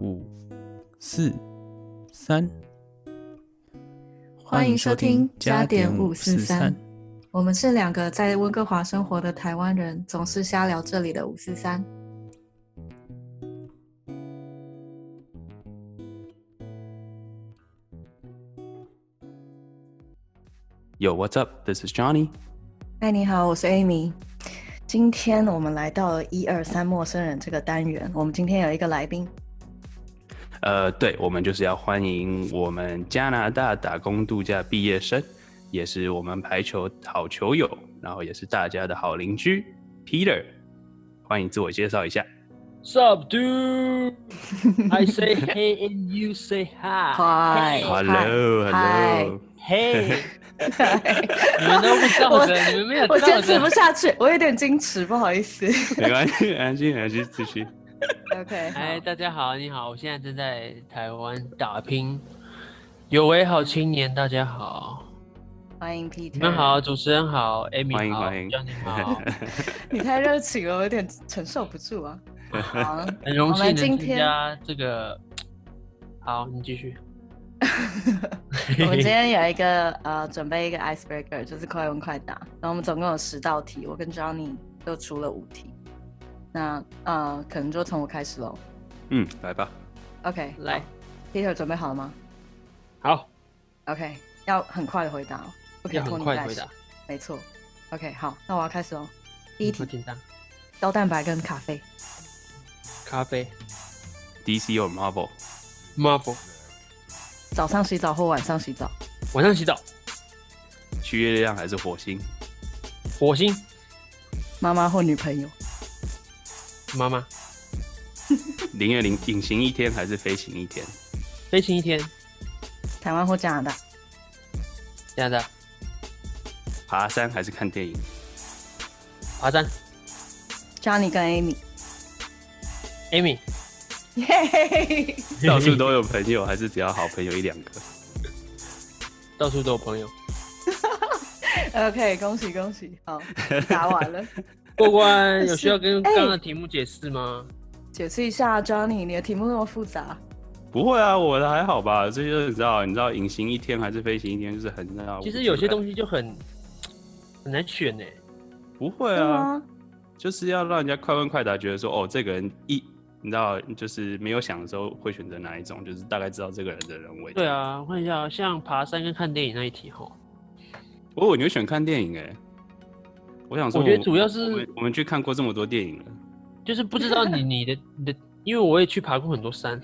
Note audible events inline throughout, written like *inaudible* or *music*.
五、四、三。欢迎收听加加点点五四543。我们是两个在温哥华生活的台湾人，总是瞎聊这里的五四三。 Yo, what's up? This is Johnny. 嗨，你好，我是 Amy。今天我们来到了一二三陌生人这个单元，我们今天有一个来宾，呃，对，我们就是要欢迎我们加拿大打工度假毕业生，也是我们排球好球友，然后也是大家的好邻居 Peter。欢迎自我介绍一下。 Sup, dude? I say hey and you say hi. 嗨 Hello，Hello 嗨 Hey，你 *laughs* 嗨们都不笑着，你们没有我笑坚持着不。下去，我有点矜持，不好意思。没关系，没关系，没关系，继续。 OK，哎，好大家好，你好，我现在正在台湾打拼，有为好青年，大家好，欢迎你 Peter。们好，，主持人好，Amy 欢迎好欢迎 j o *laughs* h 好，你太热情了，我有点承受不住 *laughs* 啊。好，很荣我幸们今能参天加这个。好，你继续。 *laughs* 我们今天有一个呃，准备一个 icebreaker，就是快问快答。然后我们总共有十道题，我跟 Johnny 都出了五题。那呃，可能就从我开始喽。嗯，来吧。 OK，来， ，Peter 准备好了吗好， ？OK，要很快的回答哦，不可以要拖很泥快带回水答。，嗯没错。OK，好，那我要开始喽。第一好题，紧张。高蛋白跟咖啡。咖啡 DC or Marvel？ ，Marvel，早上洗澡或晚上洗澡？晚上洗澡，去月亮还是火星？火星，妈妈或女朋友？妈妈，零月零隐形一天还是飞行一天？飞行一天，台湾或加拿大？加拿大，爬山还是看电影？爬山 Johnny 跟 Amy， *laughs* ，Amy，耶、到处都有朋友，还是只要好朋友一两个？ *laughs* 到处都有朋友， OK，恭喜恭喜，好，答完了。过关是有需要跟哎刚刚的题目解释 *laughs* 吗？解释一下，Johnny，你的题目那么复杂，不会啊，我的还好吧。这就是你知道，你知道隐形一天还是飞行一天，就是很那样。其实有些东西西就很很难选欸呢。不会是啊，吗？就是要让人家快问快答，觉得说哦，这个人一你知道，就是没有想的时候会选择哪一种，就是大概知道这个人的人为。对，啊，我看一下，像爬山跟看电影那一题哈，哦，你会选看电影哎、我想说我觉得主要是我们我们去看过这么多电影了。就是不知道你 *laughs* 你的你的，因为我也去爬过很多山，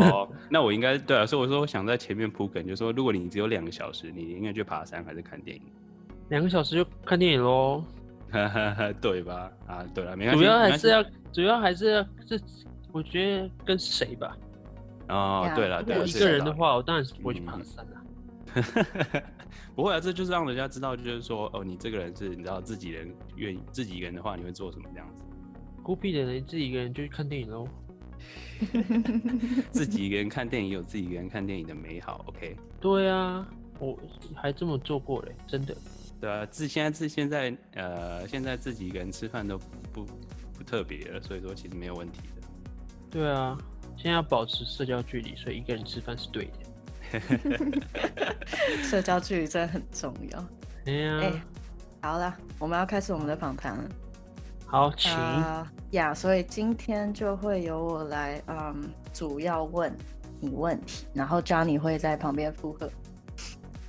哦，那我应该对啊，所以我说我想在前面铺梗，就说如果你只有两个小时，你应该去爬山还是看电影？ *laughs* 两个小时就看电影喽。对吧？啊，对了，没关系，主要没还关是系要，主要还是要这，我觉得跟谁吧。哦，对了，如如对果了，一是个有人的道话，我当然是不会去爬嗯山了。理， *laughs* 不会啊，这就是让人家知道，就是说，哦，你这个人是，你知道自己人愿意自己一个人的话，你会做什么这样子？ *laughs* 孤僻的人自己一个人就去看电影喽。自己一个人看电影有自己一个人看电影的美好，OK？对啊，我还这么做过嘞，真的。对啊，自现在自现在呃，现在自己一个人吃饭都不不特别了，所以说其实没有问题的。对啊，现在要保持社交距离，所以一个人吃饭是对的。啊社交距离真的很重要。哎呀，哎好了，我们要开始我们的访谈了。好，请、啊呀，所以今天就会由我来，嗯，主要问你问题，然后 Johnny 会在旁边附和。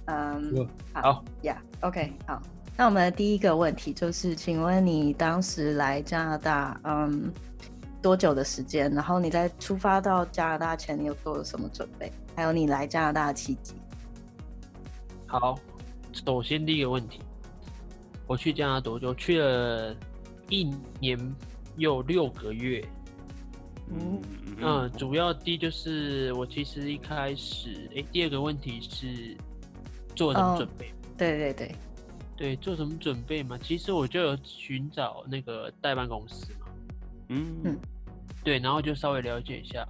嗯嗯，好好呀，OK，好。那我们的第一个问题就是，请问你当时来加拿大，嗯，多久的时间？然后你在出发到加拿大前，你有做了什么准备？还有你来加拿大的契机？好。首先第一个问题，我去加拿大多久？去了一年又六个月。嗯嗯嗯，主要第一就是我其实一开始，哎、第二个问题是做了什哦么准备？对对对，对，做什么准备嘛？其实我就有寻找那个代办公司嘛。嗯嗯嗯对，然后就稍微了解一下。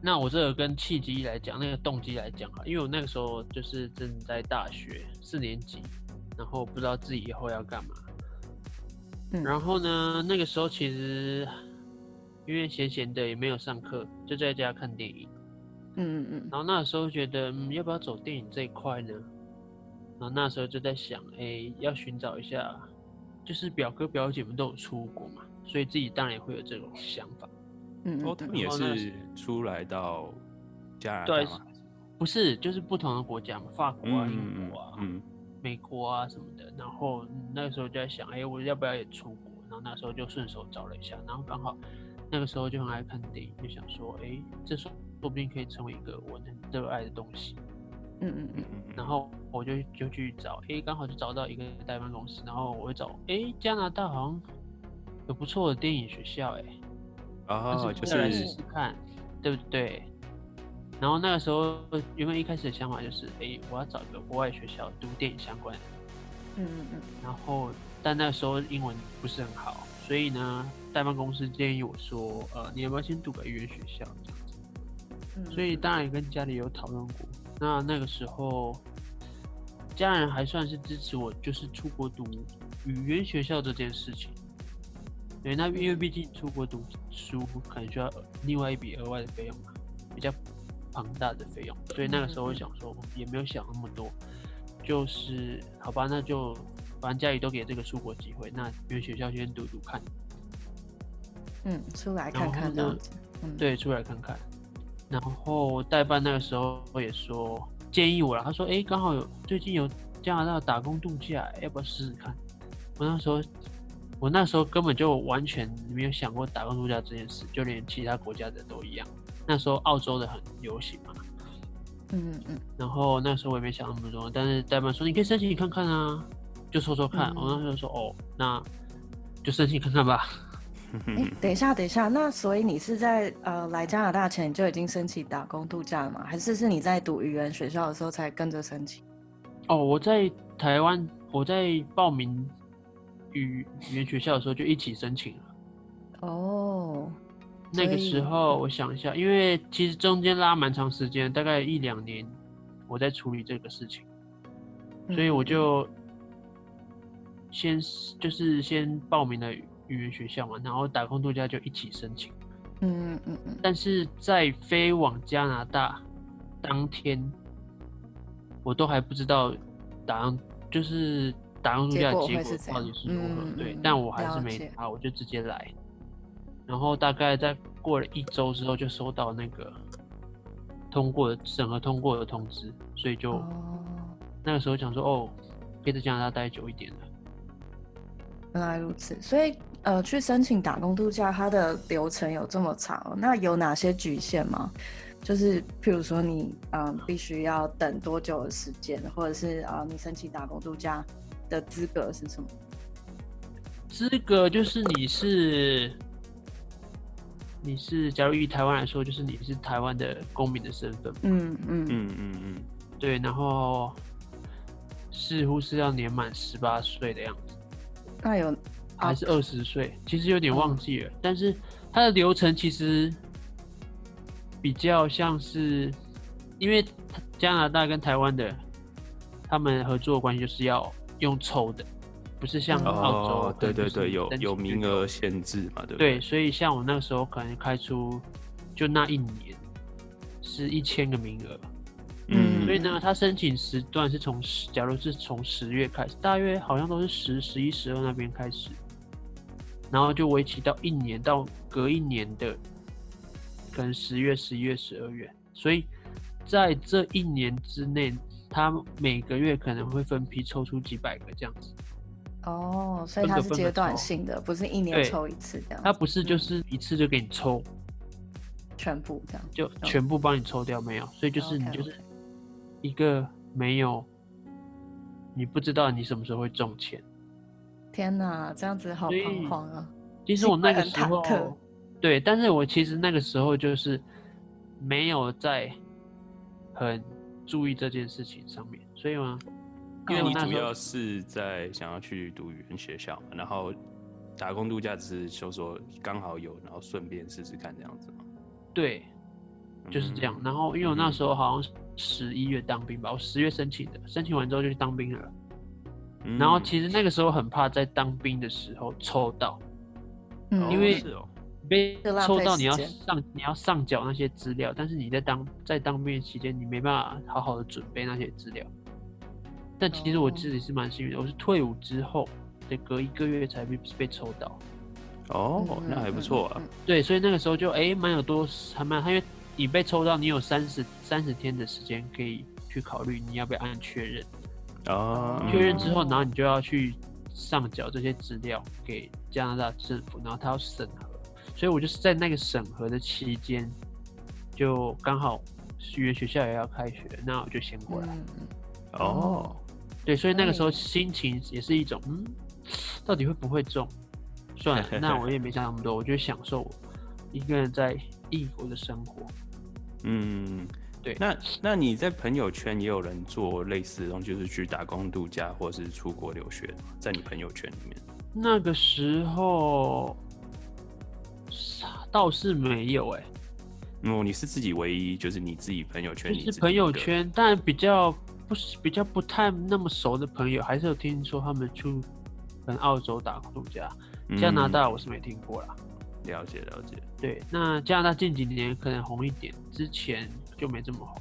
那我这个跟契机来讲，那个动机来讲哈，啊因为我那个时候就是正在大学四年级，然后不知道自己以后要干嘛。嗯然后呢，那个时候其实因为闲闲的也没有上课，就在家看电影。嗯嗯然后那时候觉得，嗯，要不要走电影这一块呢？然后那时候就在想，哎、要寻找一下，就是表哥表姐们都有出国嘛，所以自己当然也会有这种想法。嗯哦，嗯他嗯，们也然后那是出来到加拿对大吗？不是，就是不同的国家嘛，法国啊、英嗯嗯国啊、嗯美国啊什么的。然后嗯那个时候就在想，哎、我要不要也出国？然后那时候就顺手找了一下，然后刚好那个时候就很爱看电影，就想说，哎、这说说不定可以成为一个我很热爱的东西。嗯嗯嗯嗯嗯，然后我就就去找，诶，刚好就找到一个代办公司，然后我就找，诶，加拿大好像有不错的电影学校，哎诶，但哦，是就我要来是试试看，对不对？然后那个时候原本一开始的想法就是，诶，我要找一个国外学校读电影相关的，嗯嗯然后但那个时候英文不是很好，所以呢，代办公司建议我说，呃，你要不要先读个语言学校这样子？嗯，所以当然也跟家里有讨论过。那那个时候，家人还算是支持我，就是出国读语言学校这件事情。对，那因为毕竟出国读书可能需要另外一笔额外的费用嘛，比较庞大的费用，所以那个时候我想说也没有想那么多，就是好吧，那就反正家里都给这个出国机会，那语言学校先读读看。嗯出来看然后看这呢样子，嗯，对，出来看看。然后代办那个时候也说建议我了，他说：“哎、刚好有最近有加拿大打工度假，要不要试试看？”我那时候，我那时候根本就完全没有想过打工度假这件事，就连其他国家的都一样。那时候澳洲的很流行嘛，嗯嗯嗯然后那时候我也没想那么多，但是代办说你可以申请看看啊，就说说看。我那时候说哦，那就申请看看吧。哎、嗯等一下，等一下，那所以你是在呃来加拿大前你就已经申请打工度假了吗？还是是你在读语言学校的时候才跟着申请？哦，我在台湾，我在报名语语言学校的时候就一起申请了。哦，那个所以时候我想一下，因为其实中间拉蛮长时间，大概一两年，我在处理这个事情，所嗯以我就先就是先报名了语语言学校嘛，然后打工度假就一起申请。嗯嗯嗯但是在飞往加拿大当天，我都还不知道打工就是打工度结假果结会果是怎到样底是如何。嗯对嗯，但我还了是没解查，我就直接来。然后大概在过了一周之后，就收到那个通过审核通过的通知，所以嗯，就、哦，那个时候想说，哦，可以在加拿大待久一点了。原来如此。所以呃，去申请打工度假，它的流程有这么长哦、那有哪些局限吗？就是譬如说你嗯、呃必须要等多久的时间，或者是啊、呃你申请打工度假的资格是什么？资格就是你是你是，假如以台湾来说，就是你是台湾的公民的身份，嗯嗯嗯嗯嗯，对，然后似乎是要年满十八岁的样子，那有还是二十岁，其实有点忘记嗯了，但是它的流程其实比较像是，因为加拿大跟台湾的他们合作的关系就是要用抽的，不是像嗯 *laughs* 澳洲，啊哦，对对对，有有名额。额限制嘛，对不对，对？所以像我那时候可能开出就那一年是一千个名额，嗯所以呢，他申请时段是从十，假如是从十月开始，大约好像都是十、十一、十二那边开始，然后就为期到一年到隔一年的，可能十月、十一月、十二月，所以在这一年之内，他每个月可能会分批抽出几百个这样子。哦，所以分它个是分阶个段抽性的，不是一年对抽一次这样，他不是就是一次就给你抽，全部这样。就全部帮你抽掉没有，所以就是你嗯 OK，OK 就是一个没有，你不知道你什么时候会中签。天哪，这样子好所以彷徨啊！其实我那个心时会很忐忑候，对，但是我其实那个时候就是没有在很注意这件事情上面，所以嘛，因嗯为我你那主时候要是在想要去读语言学校嘛，然后打工度假只是就说刚好有，然后顺便试试看这样子嘛。嗯对就是这样。然后因为我那时候好像十一月当兵吧，我十月申请的，申请完之后就去当兵了。嗯。然后其实那个时候很怕在当兵的时候抽到，嗯，因为是哦，被就浪抽费到时你要间上你要上缴那些资料，但是你在当在当兵期间，你没办法好好的准备那些资料。但其实我哦自己是蛮幸运的，我是退伍之后得隔一个月才被被抽到。哦，那还不错啊嗯。。嗯对，所以那个时候就哎蛮、有多还蛮，因为你被抽到，你有三十三十天的时间可以去考虑你要不要按确认。哦，确认之嗯后，然后你就要去上缴这些资料给加拿大政府，然后他要审核。所以我就是在那个审核的期间，就刚好语言学校也要开学，那我就先过来。嗯嗯哦，对，所以那个时候哎心情也是一种，嗯，到底会不会中？算了，那我也没想那么多，我就享受我一个人在异国的生活。嗯，对那那你在朋友圈也有人做类似的东西，就是去打工度假或是出国留学的吗，在你朋友圈里面。那个时候倒是没有哎、嗯，你是自己唯一，就是你自己朋友圈，你就自是己朋友一个圈，但比较不是比较不太那么熟的朋友，还是有听说他们去跟澳洲打工度假。加拿大我是没听过啦。嗯了解了解。对，那加拿大近几年可能红一点，之前就没这么红。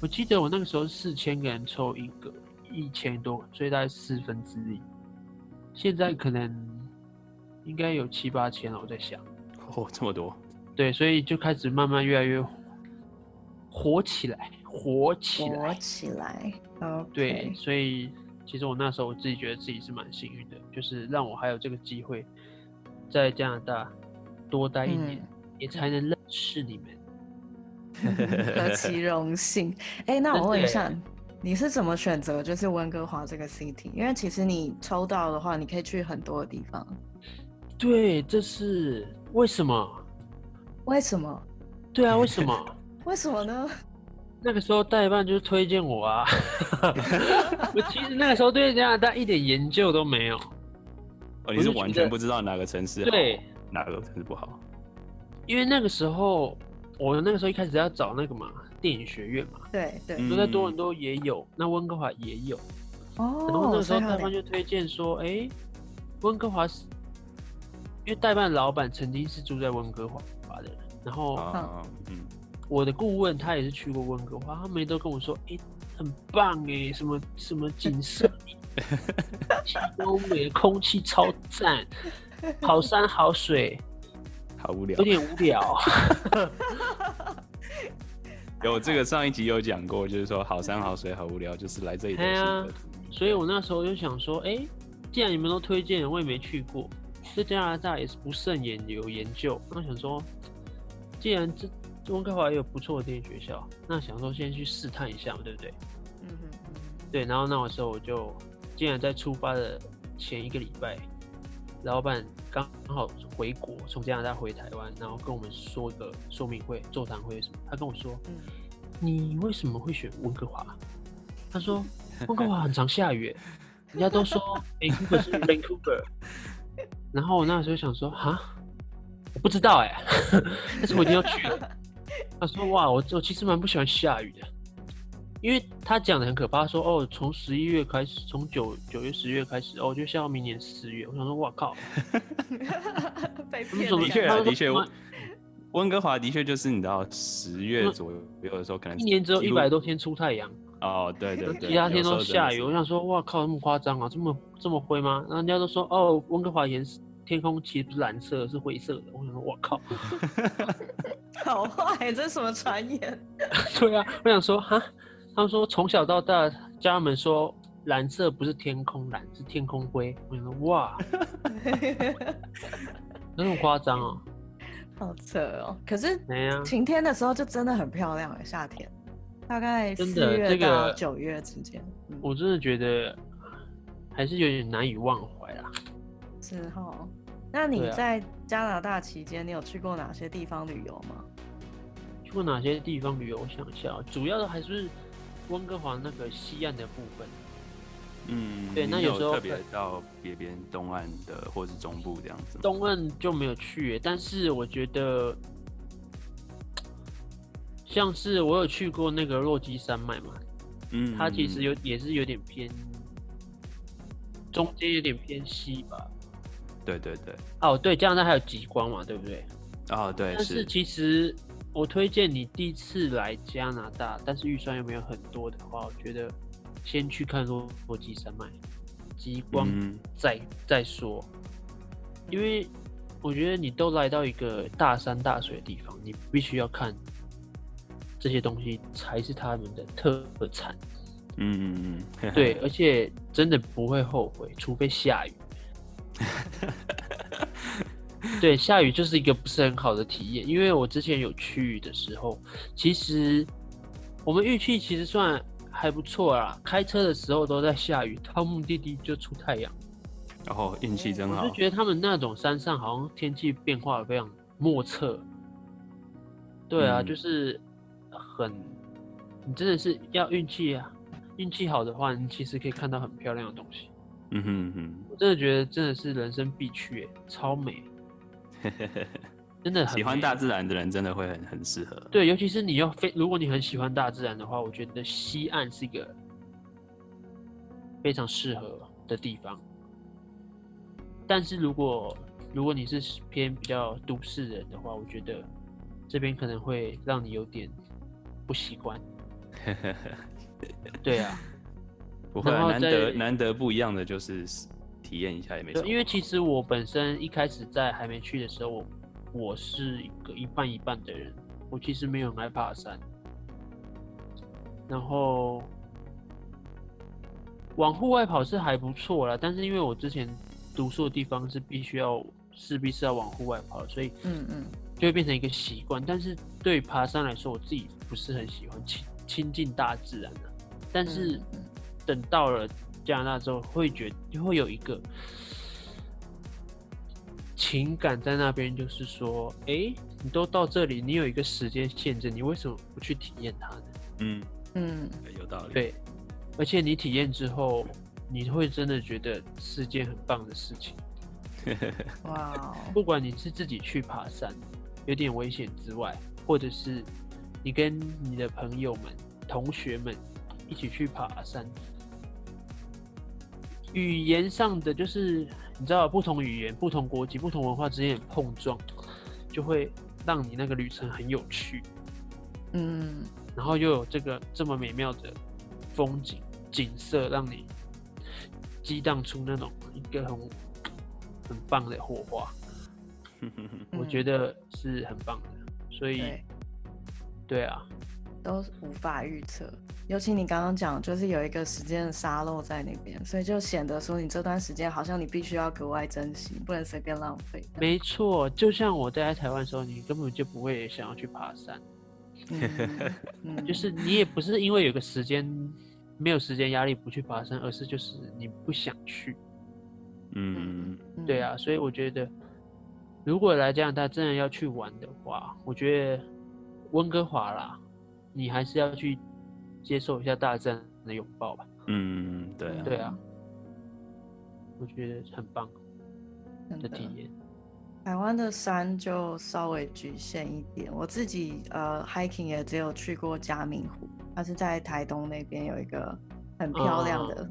我记得我那个时候四千个人抽一个，一千多个，所以大概四分之一。现在可能应该有七八千了，我在想。哦，这么多，对，所以就开始慢慢越来越火起来，火起来火。嗯起来。OK 对，，所以其实我那时候我自己觉得自己是蛮幸运的，就是让我还有这个机会在加拿大多待一年，也才能认识你们。 *laughs* 何其荣幸！哎、那我问一下真的，你是怎么选择就是温哥华这个 city？因为其实你抽到的话，你可以去很多地方。对，这是为什么？为什么？对啊，为什么？为什么呢？ *laughs* 那个时候代办就是推荐我啊，我其实那个时候对加拿大一点研究都没有。哦，我你就是觉完得全不知道哪个城市好，对，哪个城市不好。因为那个时候我那个时候一开始要找那个嘛电影学院嘛，对对、嗯都在多伦多也有，那温哥华也有。然后那哦，个时所候以还代有办两就推荐说，哎、温哥华是，因为代办老板曾经是住在温哥华的人，然后啊，嗯，我的顾问他也是去过温哥华，他们都跟我说，哎、很棒哎、什么什么景色，极 *laughs* 优美，空气超赞，好山好水，好无聊有。点无聊，有这个上一集有讲过，就是说好山好水好无聊，就是来这里的哎心呀得之一。所以我那时候就想说，哎、既然你们都推荐了，我也没去过，对加拿大也是不甚研有研究。那想说，既然这温哥华也有不错的电影学校，那想说先去试探一下嘛，对不对？嗯哼嗯哼对，然后那个时候我就，竟然在出发的前一个礼拜，老板刚好回国，从加拿大回台湾，然后跟我们说一个说明会、座谈会什么，他跟我说，嗯你为什么会选温哥华？他说温哥华很常下雨耶，人家都说 Vancouver 是 Vancouver。然后我那时候想说，哈，我不知道哎，但是我一定要去了。他说哇，我我其实蛮不喜欢下雨的，因为他讲的很可怕，他说哦，从十一月开始，从九九月十月开始，哦，就下到明年四月。我想说，哇靠， *laughs* 被你骗怎么的的确感啊觉他的说确什么温哥华的确就是你知道十月左右的时候，可能一年只有几一乎百多天出太阳，哦， *laughs* 对对对，其他有天时候都真的下是雨。我想说，哇靠，那么夸张啊，这么这么灰吗？然后人家都说，哦，温哥华颜色天空其实不是蓝色，是灰色的。我想说，哇 *laughs* 靠，好坏，这是什么传言？ *laughs* 对啊，我想说，哈，他们说从小到大，家人们说蓝色不是天空蓝，是天空灰。我想说，哇，有那么夸张哦？好扯哦！可是哎呀、晴天的时候就真的很漂亮，欸夏天大概真四的月这个到九月之间，嗯我真的觉得还是有点难以忘怀啦。之后。那你对啊在加拿大期间，你有去过哪些地方旅游吗？去过哪些地方旅游？我想一下哦，主要的还是温哥华那个西岸的部分。嗯，对那你有时候特别到别边东岸的或是中部这样子吗。东岸就没有去耶，但是我觉得，像是我有去过那个落基山脉嘛，嗯，它其实有也是有点偏，中间有点偏西吧，对对对，哦，对，加拿大还有极光嘛，对不对？哦对但是是，其实我推荐你第一次来加拿大，但是预算又没有很多的话，我觉得先去看落落基山脉，极光嗯再再说，因为我觉得你都来到一个大山大水的地方，你必须要看这些东西才是他们的特产。嗯嗯嗯，对， *laughs* 而且真的不会后悔，除非下雨。对，下雨就是一个不是很好的体验，因为我之前有去的时候，其实我们运气其实算还不错啦，开车的时候都在下雨，到目的地就出太阳。然后哦运气真我好就，觉得他们那种山上好像天气变化非常莫测。对啊，嗯就是很，你真的是要运气啊，运气好的话，你其实可以看到很漂亮的东西。嗯哼嗯我真的觉得真的是人生必去、欸，*laughs* 超美，真的哼，很喜欢美大自然的人真的会很很适合，对，尤其是你要非，如果你很喜欢大自然的话，我觉得西岸是一个非常适合的地方。但是如果如果你是偏比较都市人的话，我觉得这边可能会让你有点不习惯。对啊，不会啊然后难得再难得不一样的就是体验一下也没什对，么，因为其实我本身一开始在还没去的时候，我我是一个一半一半的人，我其实没有很爱爬山。然后往户外跑是还不错啦，但是因为我之前读书的地方是必须要势必是要往户外跑的，所以嗯嗯，就会变成一个习惯。但是对爬山来说，我自己不是很喜欢亲亲近大自然的、啊但是嗯嗯等到了加拿大之后，会觉就会有一个情感在那边，就是说，诶，你都到这里，你有一个时间限制，你为什么不去体验它呢？嗯嗯，有道理， *laughs* 对，而且你体验之后，你会真的觉得是件很棒的事情。哇哦，不管你是自己去爬山，有点危险之外，或者是你跟你的朋友们、同学们一起去爬山，语言上的就是你知道，不同语言、不同国籍、不同文化之间的碰撞，就会让你那个旅程很有趣，嗯然后又有这个这么美妙的风景景色，让你激荡出那种一个很很棒的火花。我觉嗯得是很棒的。所以，对对啊，都无法预测。尤其你刚刚讲，就是有一个时间的沙漏在那边，所以就显得说你这段时间好像你必须要格外珍惜，不能随便浪费。没错，就像我待在台湾的时候，你根本就不会想要去爬山，嗯，嗯 *laughs* 就是你也不是因为有个时间没有时间压力不去爬山，而是就是你不想去。嗯，对，啊，所以我觉得，如果来加拿大真的要去玩的话，我觉得温哥华啦，你还是要去接受一下大自然的拥抱吧。嗯对啊，对啊，我觉得很棒真的的体验。台湾的山就稍微局限一点。我自己呃 hiking 也只有去过嘉明湖，它是在台东那边有一个嗯很漂亮的，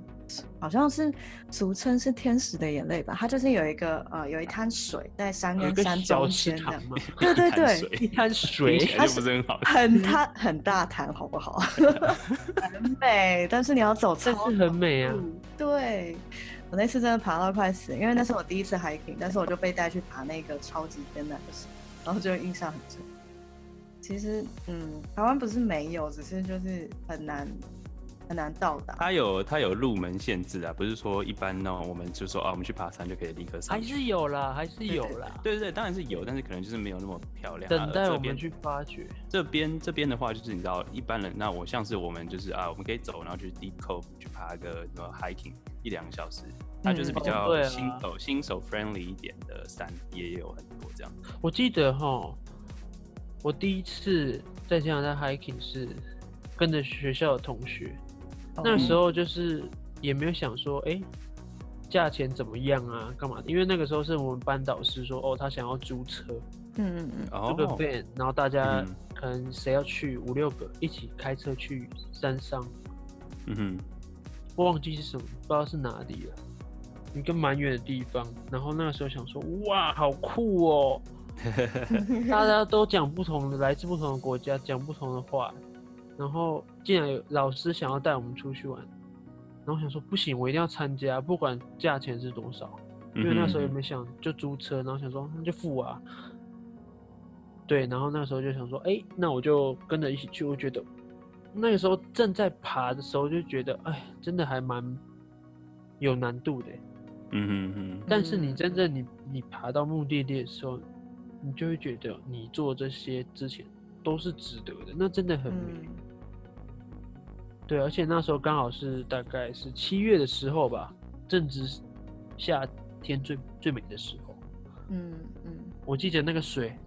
好像是俗称是天使的眼泪吧。它就是有一个呃有一滩水在山有一跟嗯个山小中池间的塘，嘛， *laughs* 对对一滩对，水一 *laughs* 听滩水起，来就不是很好，很大很大谈，好 *laughs* 不好？很美，但是你要走但超是很美啊。嗯对，我那次真的爬到快死，因为那是我第一次 hiking，但是我就被带去爬那个超级艰难的山，然后就印象很深。其实，嗯，台湾不是没有，只是就是很难很难到达。啊它有它有入门限制啊，不是说一般呢，我们就说啊，我们去爬山就可以立刻上还去。是有啦，还是有啦，对对对，当然是有，但是可能就是没有那么漂亮啊。 *laughs* 等待而我这边们去发掘。这边这边的话，就是你知道一般人，那我像是我们就是啊，我们可以走，然后去 Deep Cove 去爬个什么 hiking 一两个小时，它就是比哦较对啊新手、新手 friendly 一点的山也有很多这样。我记得哈，我第一次在加拿大 hiking 是跟着学校的同学，哦哦那嗯时候就是也没有想说，哎、价钱怎么样啊，干嘛的？因为那个时候是我们班导师说，哦，他想要租车，嗯嗯 *laughs* 嗯，哦租个 van，、然后大家嗯可能谁要去五六个一起开车去山上，嗯哼，我忘记是什么，不知道是哪里了。一个蛮远的地方，然后那个时候想说，哇，好酷哦！大家都讲不同的，来自不同的国家，讲不同的话，然后竟然有老师想要带我们出去玩，然后想说不行，我一定要参加，不管价钱是多少，嗯因为那时候嗯也没想就租车，然后想说那就付啊。对，然后那时候就想说，哎、那我就跟着一起去。我觉得那个时候正在爬的时候，就觉得，哎，真的还蛮有难度的。嗯哼哼，但是你嗯真正你你爬到目的地的时候，你就会觉得你做这些之前都是值得的，那真的很美。嗯对，而且那时候刚好是大概是七月的时候吧，正值夏天最最美的时候。嗯嗯，我记得那个水，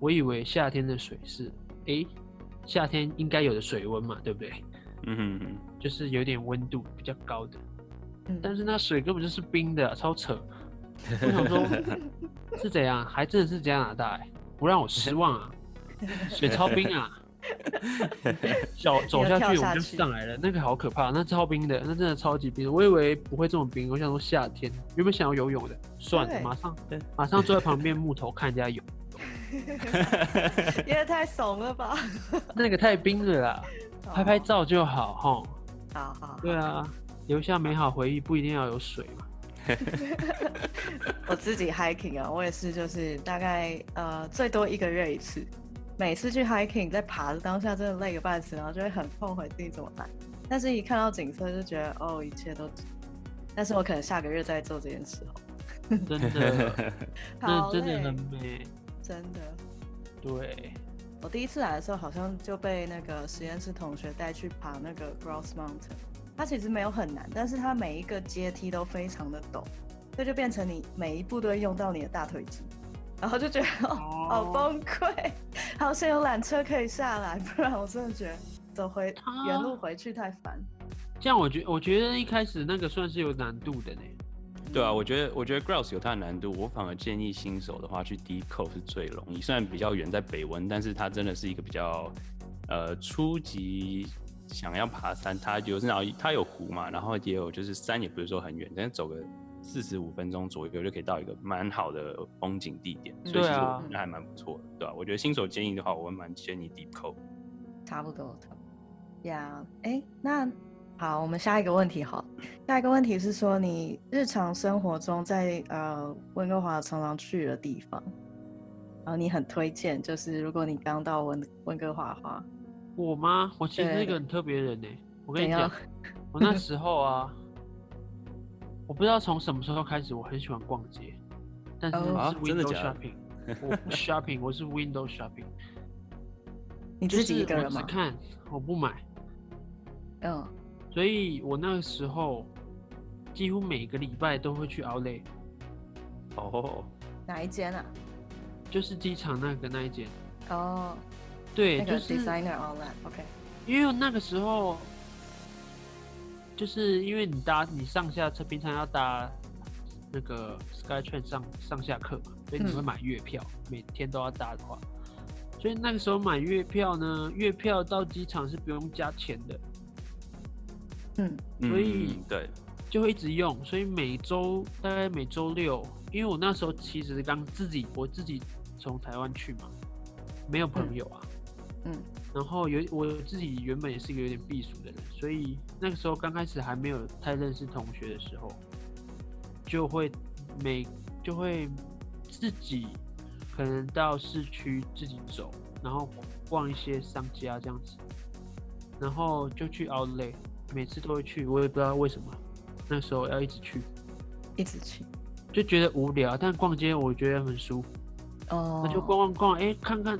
我以为夏天的水是，诶，夏天应该有的水温嘛，对不对？嗯哼哼，就是有点温度比较高的，嗯但是那水根本就是冰的，啊超扯。我想说是怎样，还真的是加拿大、欸，不让我失望啊！水超冰啊！小走下跳去我下们就去上来了，那个好可怕，那超冰的，那真的超级冰的。我以为不会这么冰，我想说夏天原本想要游泳的，算了，对马上对马上坐在旁边木头看人家游，也太怂了吧！那个太冰了啦，哦拍拍照就好吼。好好，对啊，留下美好回忆不一定要有水 *laughs* 嘛。我自己 hiking 啊，我也是，就是大概呃最多一个月一次。每次去 hiking，在爬的当下真的累个半死，然后就会很后悔自己怎么来。但是，一看到景色就觉得哦，一切都值。但是我可能下个月再做这件事哦。*laughs* 真的，好那真的累很美。真的。对，我第一次来的时候，好像就被那个实验室同学带去爬那个 Gross Mountain。它其实没有很难，但是它每一个阶梯都非常的陡，所以就变成你每一步都会用到你的大腿肌，然后就觉得哦，好崩溃。好险有缆车可以下来，不然我真的觉得走回啊原路回去太烦。这样我觉我觉得一开始那个算是有难度的呢。对啊，我觉得我觉得 grouse 有它的难度，我反而建议新手的话去 d c o 是最容易，虽然比较远在北温，但是它真的是一个比较呃初级。想要爬山，它有然后它有湖嘛，然后也有就是山，也不是说很远，但是走个四十五分钟左右就可以到一个蛮好的风景地点，所以其对实啊我觉得还蛮不错的，对吧、啊我觉得新手建议的话，我蛮建议 deep c o 差不多，差不多。呀，哎，那好，我们下一个问题好。下一个问题是说，你日常生活中在呃温哥华常常去的地方，然后你很推荐，就是如果你刚到温温哥华的话，我吗？我其实是对一个很特别的人呢。我跟你怎样讲， *laughs* 我那时候啊，我不知道从什么时候开始，我很喜欢逛街，但是哦那啊是真的 window 假的 shopping，我 *laughs* 不 shopping，我是 window shopping，你就自己是一个我人只吗？看，我不买。嗯，所以我那个时候几乎每个礼拜都会去 Outlet，哦，哪一间啊？就是机场那个那一间。哦，对，那个就是 designer outlet，OK，、因为那个时候，就是因为你搭你上下车，平常要搭那个 SkyTrain 上上下课嘛，所以你嗯会买月票，每天都要搭的话，所以那个时候买月票呢，月票到机场是不用加钱的，嗯，所以嗯对，就会一直用，所以每周大概每周六，因为我那时候其实刚自己我自己从台湾去嘛，没有朋友啊，嗯嗯然后有我自己原本也是一个有点避暑的人，所以那个时候刚开始还没有太认识同学的时候，就会每就会自己可能到市区自己走，然后逛一些商家这样子，然后就去 Outlet，每次都会去，我也不知道为什么，那时候要一直去，一直去。就觉得无聊，但逛街我觉得很舒服，哦，那就逛逛逛，哎、看看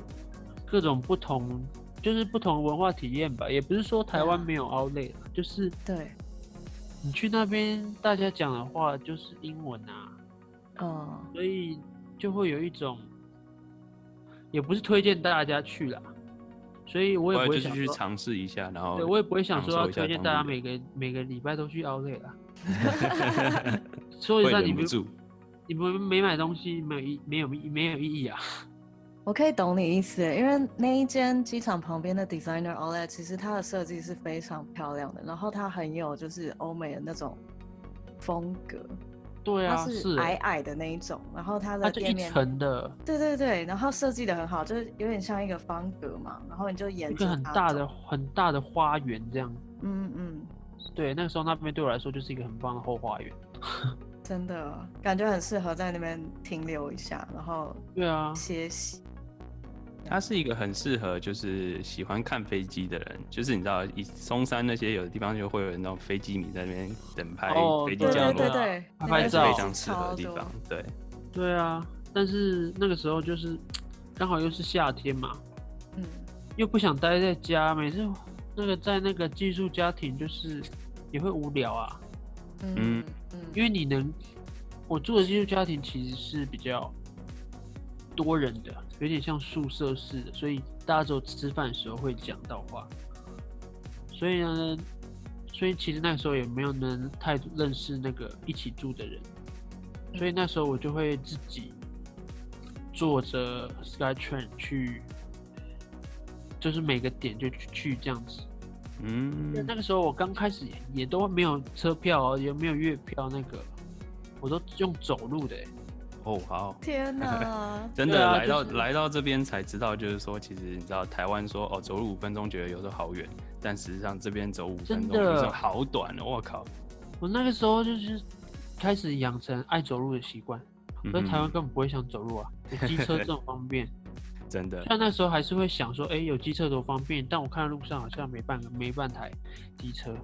各种不同，就是不同文化体验吧，也不是说台湾对啊没有 Outlet，啦就是对，你去那边大家讲的话就是英文啊，哦，所以就会有一种，也不是推荐大家去啦，所以我也后不来就会是想去说，尝试一下，然后对我也不会想说要享受一下推荐大家当地每个每个礼拜都去 Outlet 啦。 *laughs* 说会一下你忍不不住。你们没买东西没有意没有意没有意义啊？我可以懂你意思，欸因为那一间机场旁边的 Designer Outlet，其实它的设计是非常漂亮的，然后它很有就是欧美的那种风格，对啊，它是是欸矮矮的那一种，然后它它的就店一面，层的，对对对，然后设计的很好，就是有点像一个方格嘛，然后你就沿一着个很它大走的，很大的花园这样。嗯嗯，对，那个时候那边对我来说就是一个很棒的后花园。真的感觉很适合在那边停留一下，然后对啊，歇息。它是一个很适合就是喜欢看飞机的人，就是你知道，以松山那些有的地方就会有那种飞机迷在那边等拍哦飞机对降对落对啊，对，拍那拍边是照非是常适合超的地多方。对，对啊，但是那个时候就是刚好又是夏天嘛，嗯，又不想待在家，每次那个在那个寄宿家庭就是也会无聊啊，嗯嗯，因为你能，我住的寄宿家庭其实是比较多人的，有点像宿舍似的，所以大家只有吃饭的时候会讲到话，所以呢，所以其实那时候也没有能太认识那个一起住的人，所以那时候我就会自己坐着 SkyTrain 去，就是每个点就去去这样子。嗯那个时候我刚开始也也都没有车票哦，也没有月票，那个我都用走路的欸。哦好。，天 *laughs* 哪真对的、啊来到、就是来到这边才知道，就是说，其实你知道台湾说哦，走路五分钟觉得有时候好远，但实际上这边走五分真钟的有时候好短哦，我靠！我那个时候就是开始养成爱走路的习惯，嗯在哼台湾根本不会想走路啊，有机车这么方便。真的虽，然那时候还是会想说，哎、有机车多方便，但我看到路上好像没半个没半台机车，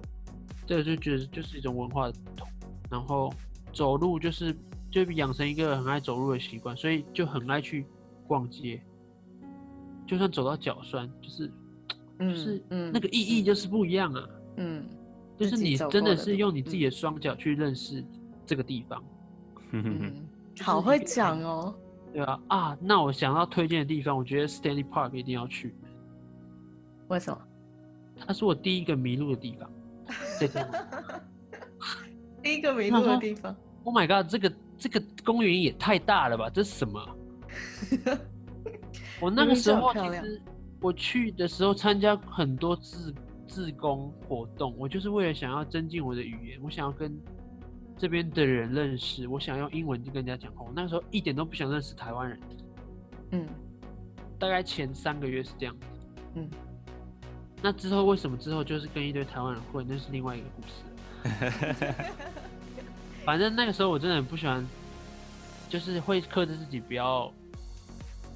这个就觉得就是一种文化的不同。然后走路就是就养成一个很爱走路的习惯，所以就很爱去逛街，就算走到脚酸，就是嗯就是嗯那个意义就是不一样啊，嗯就自是己你走真过的的嗯是路用你自己的双脚去认识这个地方，嗯哼哼嗯，就是好会一个讲哦，对啊啊，那我想要推荐的地方，我觉得 Stanley Park 一定要去。为什么？它是我第一个迷路的地方。在台湾第一个迷路的地方， Oh my god，这个这个公园也太大了吧？这是什么？啊我那个时候明明就很漂其亮实我去的时候参加很多自自工活动，我就是为了想要增进我的语言，我想要跟这边的人认识，我想用英文去跟人家讲话。我那个时候一点都不想认识台湾人，嗯大概前三个月是这样。嗯，那之后为什么之后就是跟一堆台湾人混，那是另外一个故事了。反正那个时候我真的很不喜欢，就是会克制自己不要，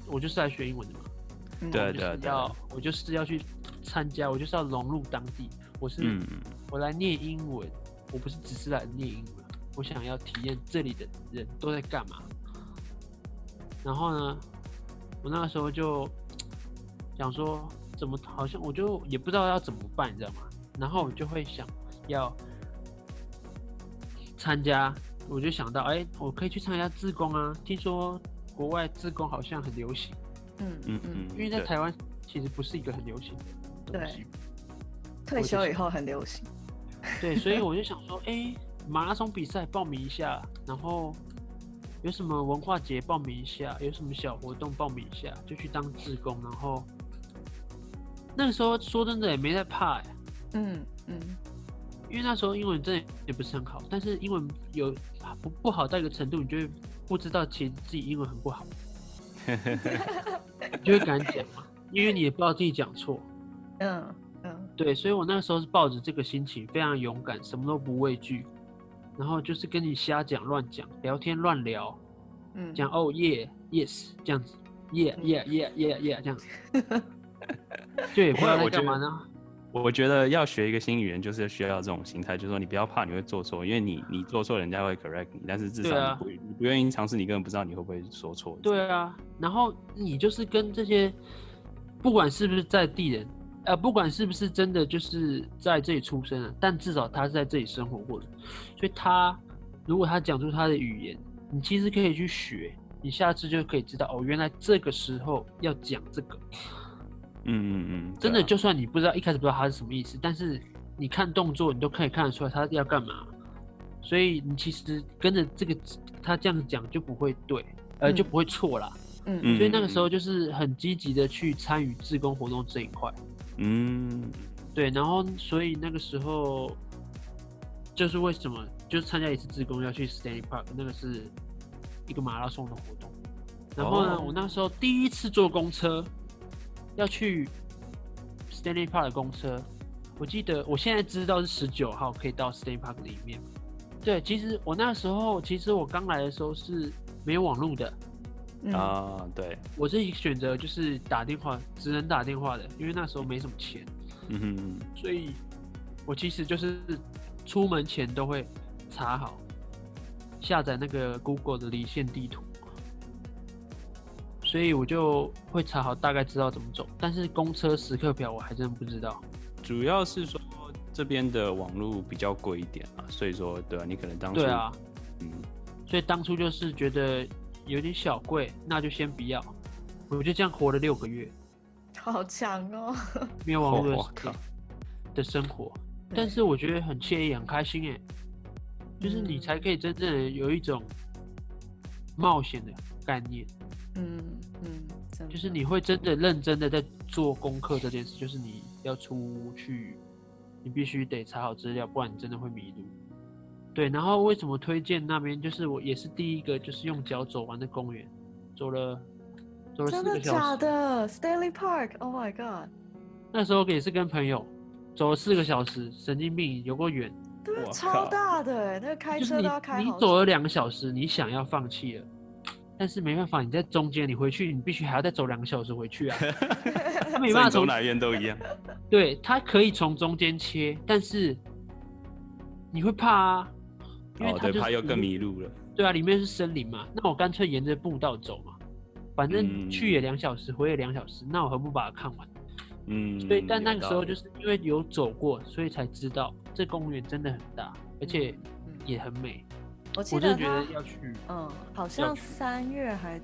我就是来学英文的嘛。嗯对我对就是对要我就是要去参加，我就是要融入当地。我是、嗯，我来念英文，我不是只是来念英文，我想要体验这里的人都在干嘛。然后呢，我那个时候就想说，怎么好像我就也不知道要怎么办，你知道吗？然后我就会想要参加，我就想到，哎、我可以去参加自工啊，听说国外自工好像很流行。嗯嗯嗯嗯嗯，，因为在对台湾其实不是一个很流行的东西，退休以后很流行，对，所以我就想说，哎、马拉松比赛报名一下，然后有什么文化节报名一下，有什么小活动报名一下，就去当志工。然后那个时候说真的也没在怕、欸，嗯嗯因为那时候英文真的也不是很好，但是英文有不不好到一个程度，你就会不知道其实自己英文很不好，你就会敢讲嘛，因为你也不知道自己讲错。嗯嗯对，所以我那个时候是抱着这个心情，非常勇敢，什么都不畏惧，然后就是跟你瞎讲乱讲，聊天乱聊，嗯，讲哦耶 yes 这样子耶耶耶耶耶这样子， *laughs* 就也不知道不会在我觉干嘛得呢。我觉得要学一个新语言，就是需要这种心态，就是说你不要怕你会做错，因为你你做错人家会 correct 你，但是至少对啊你不、你不愿意尝试，你根本不知道你会不会说错。对啊，然后你就是跟这些，不管是不是在地人，呃，不管是不是真的就是在这里出生的，但至少他是在这里生活过的，所以他如果他讲出他的语言，你其实可以去学，你下次就可以知道哦，原来这个时候要讲这个，嗯嗯嗯，真对啊的就算你不知道一开始不知道他是什么意思，但是你看动作，你都可以看得出来他要干嘛。所以你其实跟着这个他这样讲就不会对，呃，就嗯不会错啦。嗯嗯所以那个时候就是很积极的去参与志工活动这一块。嗯，对，然后所以那个时候就是为什么就是参加一次志工要去 Stanley Park，那个是一个马拉松的活动。然后呢，哦我那时候第一次坐公车要去 Stanley Park 的公车，我记得我现在知道是十九号可以到 Stanley Park 里面。对，其实我那时候，其实我刚来的时候是没有网络的，嗯啊，对，我自己选择就是打电话，只能打电话的，因为那时候没什么钱。嗯哼，所以我其实就是出门前都会查好，下载那个 Google 的离线地图，所以我就会查好大概知道怎么走。但是公车时刻表我还真不知道。主要是说这边的网络比较贵一点啊，所以说对啊，你可能当初对啊，嗯，所以当初就是觉得有点小贵，那就先不要。我就这样活了六个月，好强哦！没有网络的哦我世界靠的生活，但是我觉得很惬意，很开心哎，就是你嗯才可以真正的有一种冒险的概念。嗯嗯，真的就是你会真的认真的在做功课这件事，就是你要出去，你必须得查好资料，不然你真的会迷路。对，然后为什么推荐那边？就是我也是第一个，就是用脚走完的公园，走了走了四真的个小时。假的？Stanley Park，Oh my god！那时候也是跟朋友走了四个小时，神经病，有过远。对啊，我超靠大的欸，那个开就是车你都要开你好久。走了两个小时，你想要放弃了，但是没办法，你在中间你回去，你必须还要再走两个小时回 *laughs* 去啊。他所没以办法你走从哪边都一样，对，它可以从中间切，但是你会怕啊，因为哦，它对，就是怕又里更面。迷路了，对啊，里面是森林嘛，那我干脆沿着步道走嘛，反正去也两小时，回也两小时，那我何不把它看完？嗯，所以，但那有个道时候理就是因为有走过，所以才知道这公园真的很大，而且嗯也很美。我记我真得的觉得它要去，嗯，好像去三月还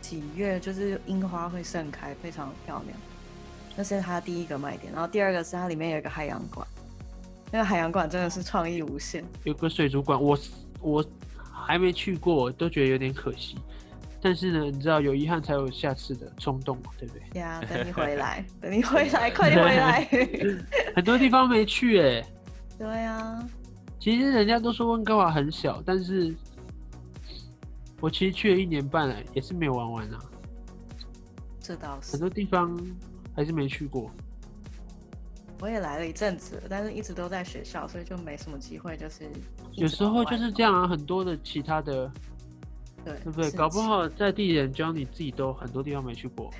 几月，就是樱花会盛开，非常漂亮。那是它第一个卖点，然后第二个是它里面有一个海洋馆，那个海洋馆真的是创意无限。有个水族馆，我我还没去过，都觉得有点可惜。但是呢，你知道有遗憾才有下次的冲动嘛，对不 *laughs* 对？呀、等你回 *laughs* 来，等你回来，快点回来。 *laughs* 很多地方没去哎、对啊，其实人家都说温哥华很小，但是我其实去了一年半了，也是没有玩完啊，这倒是很。多地方还是没去过。我也来了一阵子，但是一直都在学校，所以就没什么机会，就是一直有时候往外就是这样啊，很多的其他的，对，对不对？是搞不好在地人教你自己都很多地方没去过。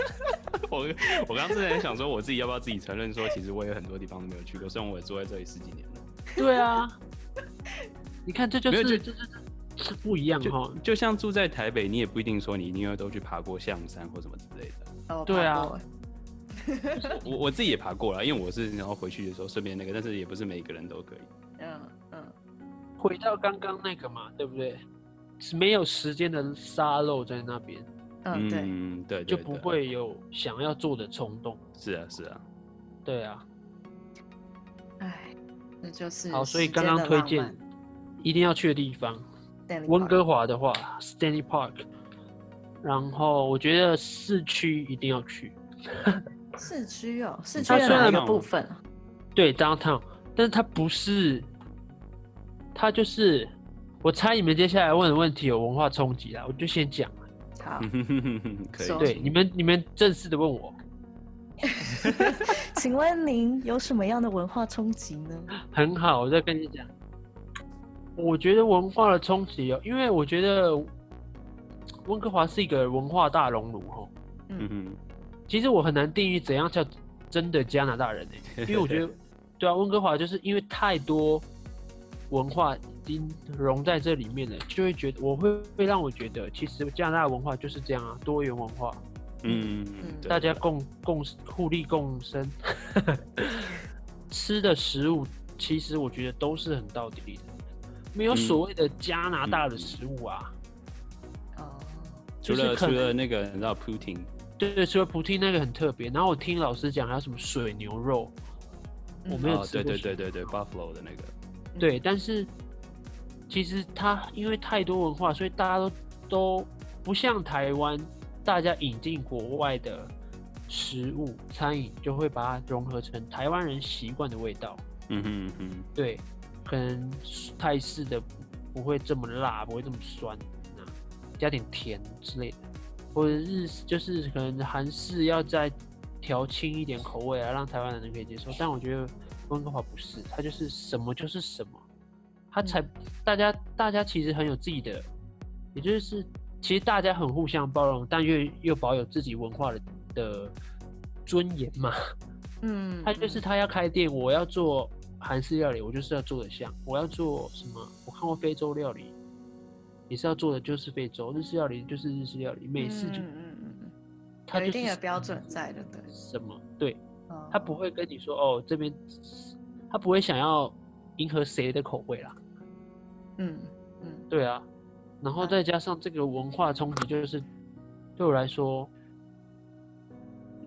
*laughs* 我我刚刚之前想说，我自己要不要自己承认说，其实我有很多地方都没有去过，虽然我也住在这里十几年了。对啊，你看这就没是有这就就是是不一样哈就。就像住在台北，你也不一定说你一定要都去爬过象山或什么之类的。哦对啊，我我自己也爬过了，因为我是然后回去的时候顺便那个，但是也不是每个人都可以。爬过嗯嗯，回到刚刚那个嘛，对不对？是没有时间的沙漏在那边，嗯，对，对，对就不。对会有想要做的冲动。是啊，是啊，对啊，哎，那就是好，所以时刚间刚的推浪荐漫一定要去的地方， Stanley 温 Park 哥华的话，Stanley Park，然后我觉得市区一定要去，市区哦，市区它的虽哪一然个有部分啊？对 downtown，但是它不是，它就是，我猜你们接下来问的问题有文化冲击啦，我就先讲，啊好， *laughs* 嗯可说以。嗯对，你们你们正式的问我， *laughs* 请问您有什么样的文化冲击呢？很好，我再跟你讲。我觉得文化的冲击哦，因为我觉得温哥华是一个文化大熔炉哦。嗯哼，其实我很难定义怎样叫真的加拿大人欸因为我觉得，对啊，温哥华就是因为太多文化已经融在这里面了，就会觉得我会会让我觉得，其实加拿大的文化就是这样啊，多元文化，嗯，嗯对大家共共互利共生， *laughs* 吃的食物其实我觉得都是很到底的，没有嗯所谓的加拿大的嗯食物啊，哦，除就是了除可了那个你知道 Putin，对对，除了菩提那个很特别，然后我听老师讲还有什么水牛肉，我没有哦，吃对过对水对对对，Buffalo 的那个，对，但是其实它因为太多文化，所以大家都都不像台湾，大家引进国外的食物餐饮，就会把它融合成台湾人习惯的味道。嗯哼嗯哼，对，可能泰式的不会这么辣，不会这么酸，啊，加点甜之类的，或者日就是可能韩式要再调轻一点口味啊，让台湾人可以接受。但我觉得温哥华不是，它就是什么就是什么，它才、大家大家其实很有自己的，也就是其实大家很互相包容，但又又保有自己文化的的尊严嘛。嗯，他就是他要开店，我要做韩式料理，我就是要做的像；我要做什么，我看过非洲料理，也是要做的就是非洲；日式料理就是日式料理，美式就嗯嗯嗯嗯他有就一是定的标准在的，对，什么，对哦他不会跟你说哦这边，他不会想要迎合谁的口味啦，嗯嗯对啊，然后再加上这个文化冲击，就是对我来说，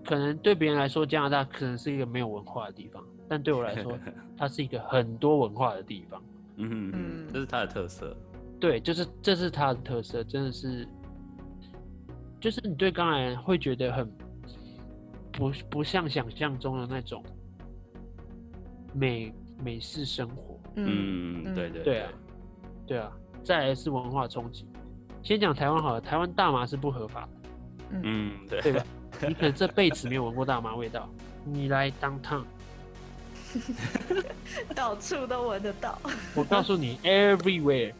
可能对别人来说加拿大可能是一个没有文化的地方，但对我来 *laughs* 说它是一个很多文化的地方。嗯嗯嗯，这是它的特色。对，就是这是它的特色，真的是，就是你对刚才会觉得很不不像想象中的那种美美式生活，嗯嗯，嗯对对对啊，对啊，再来是文化冲击。先讲台湾好了，台湾大麻是不合法的，嗯嗯对，对吧？你可能这辈子没有闻过大麻味道，你来当趟，嗯，到处都闻得到， *laughs* 我告诉你，everywhere，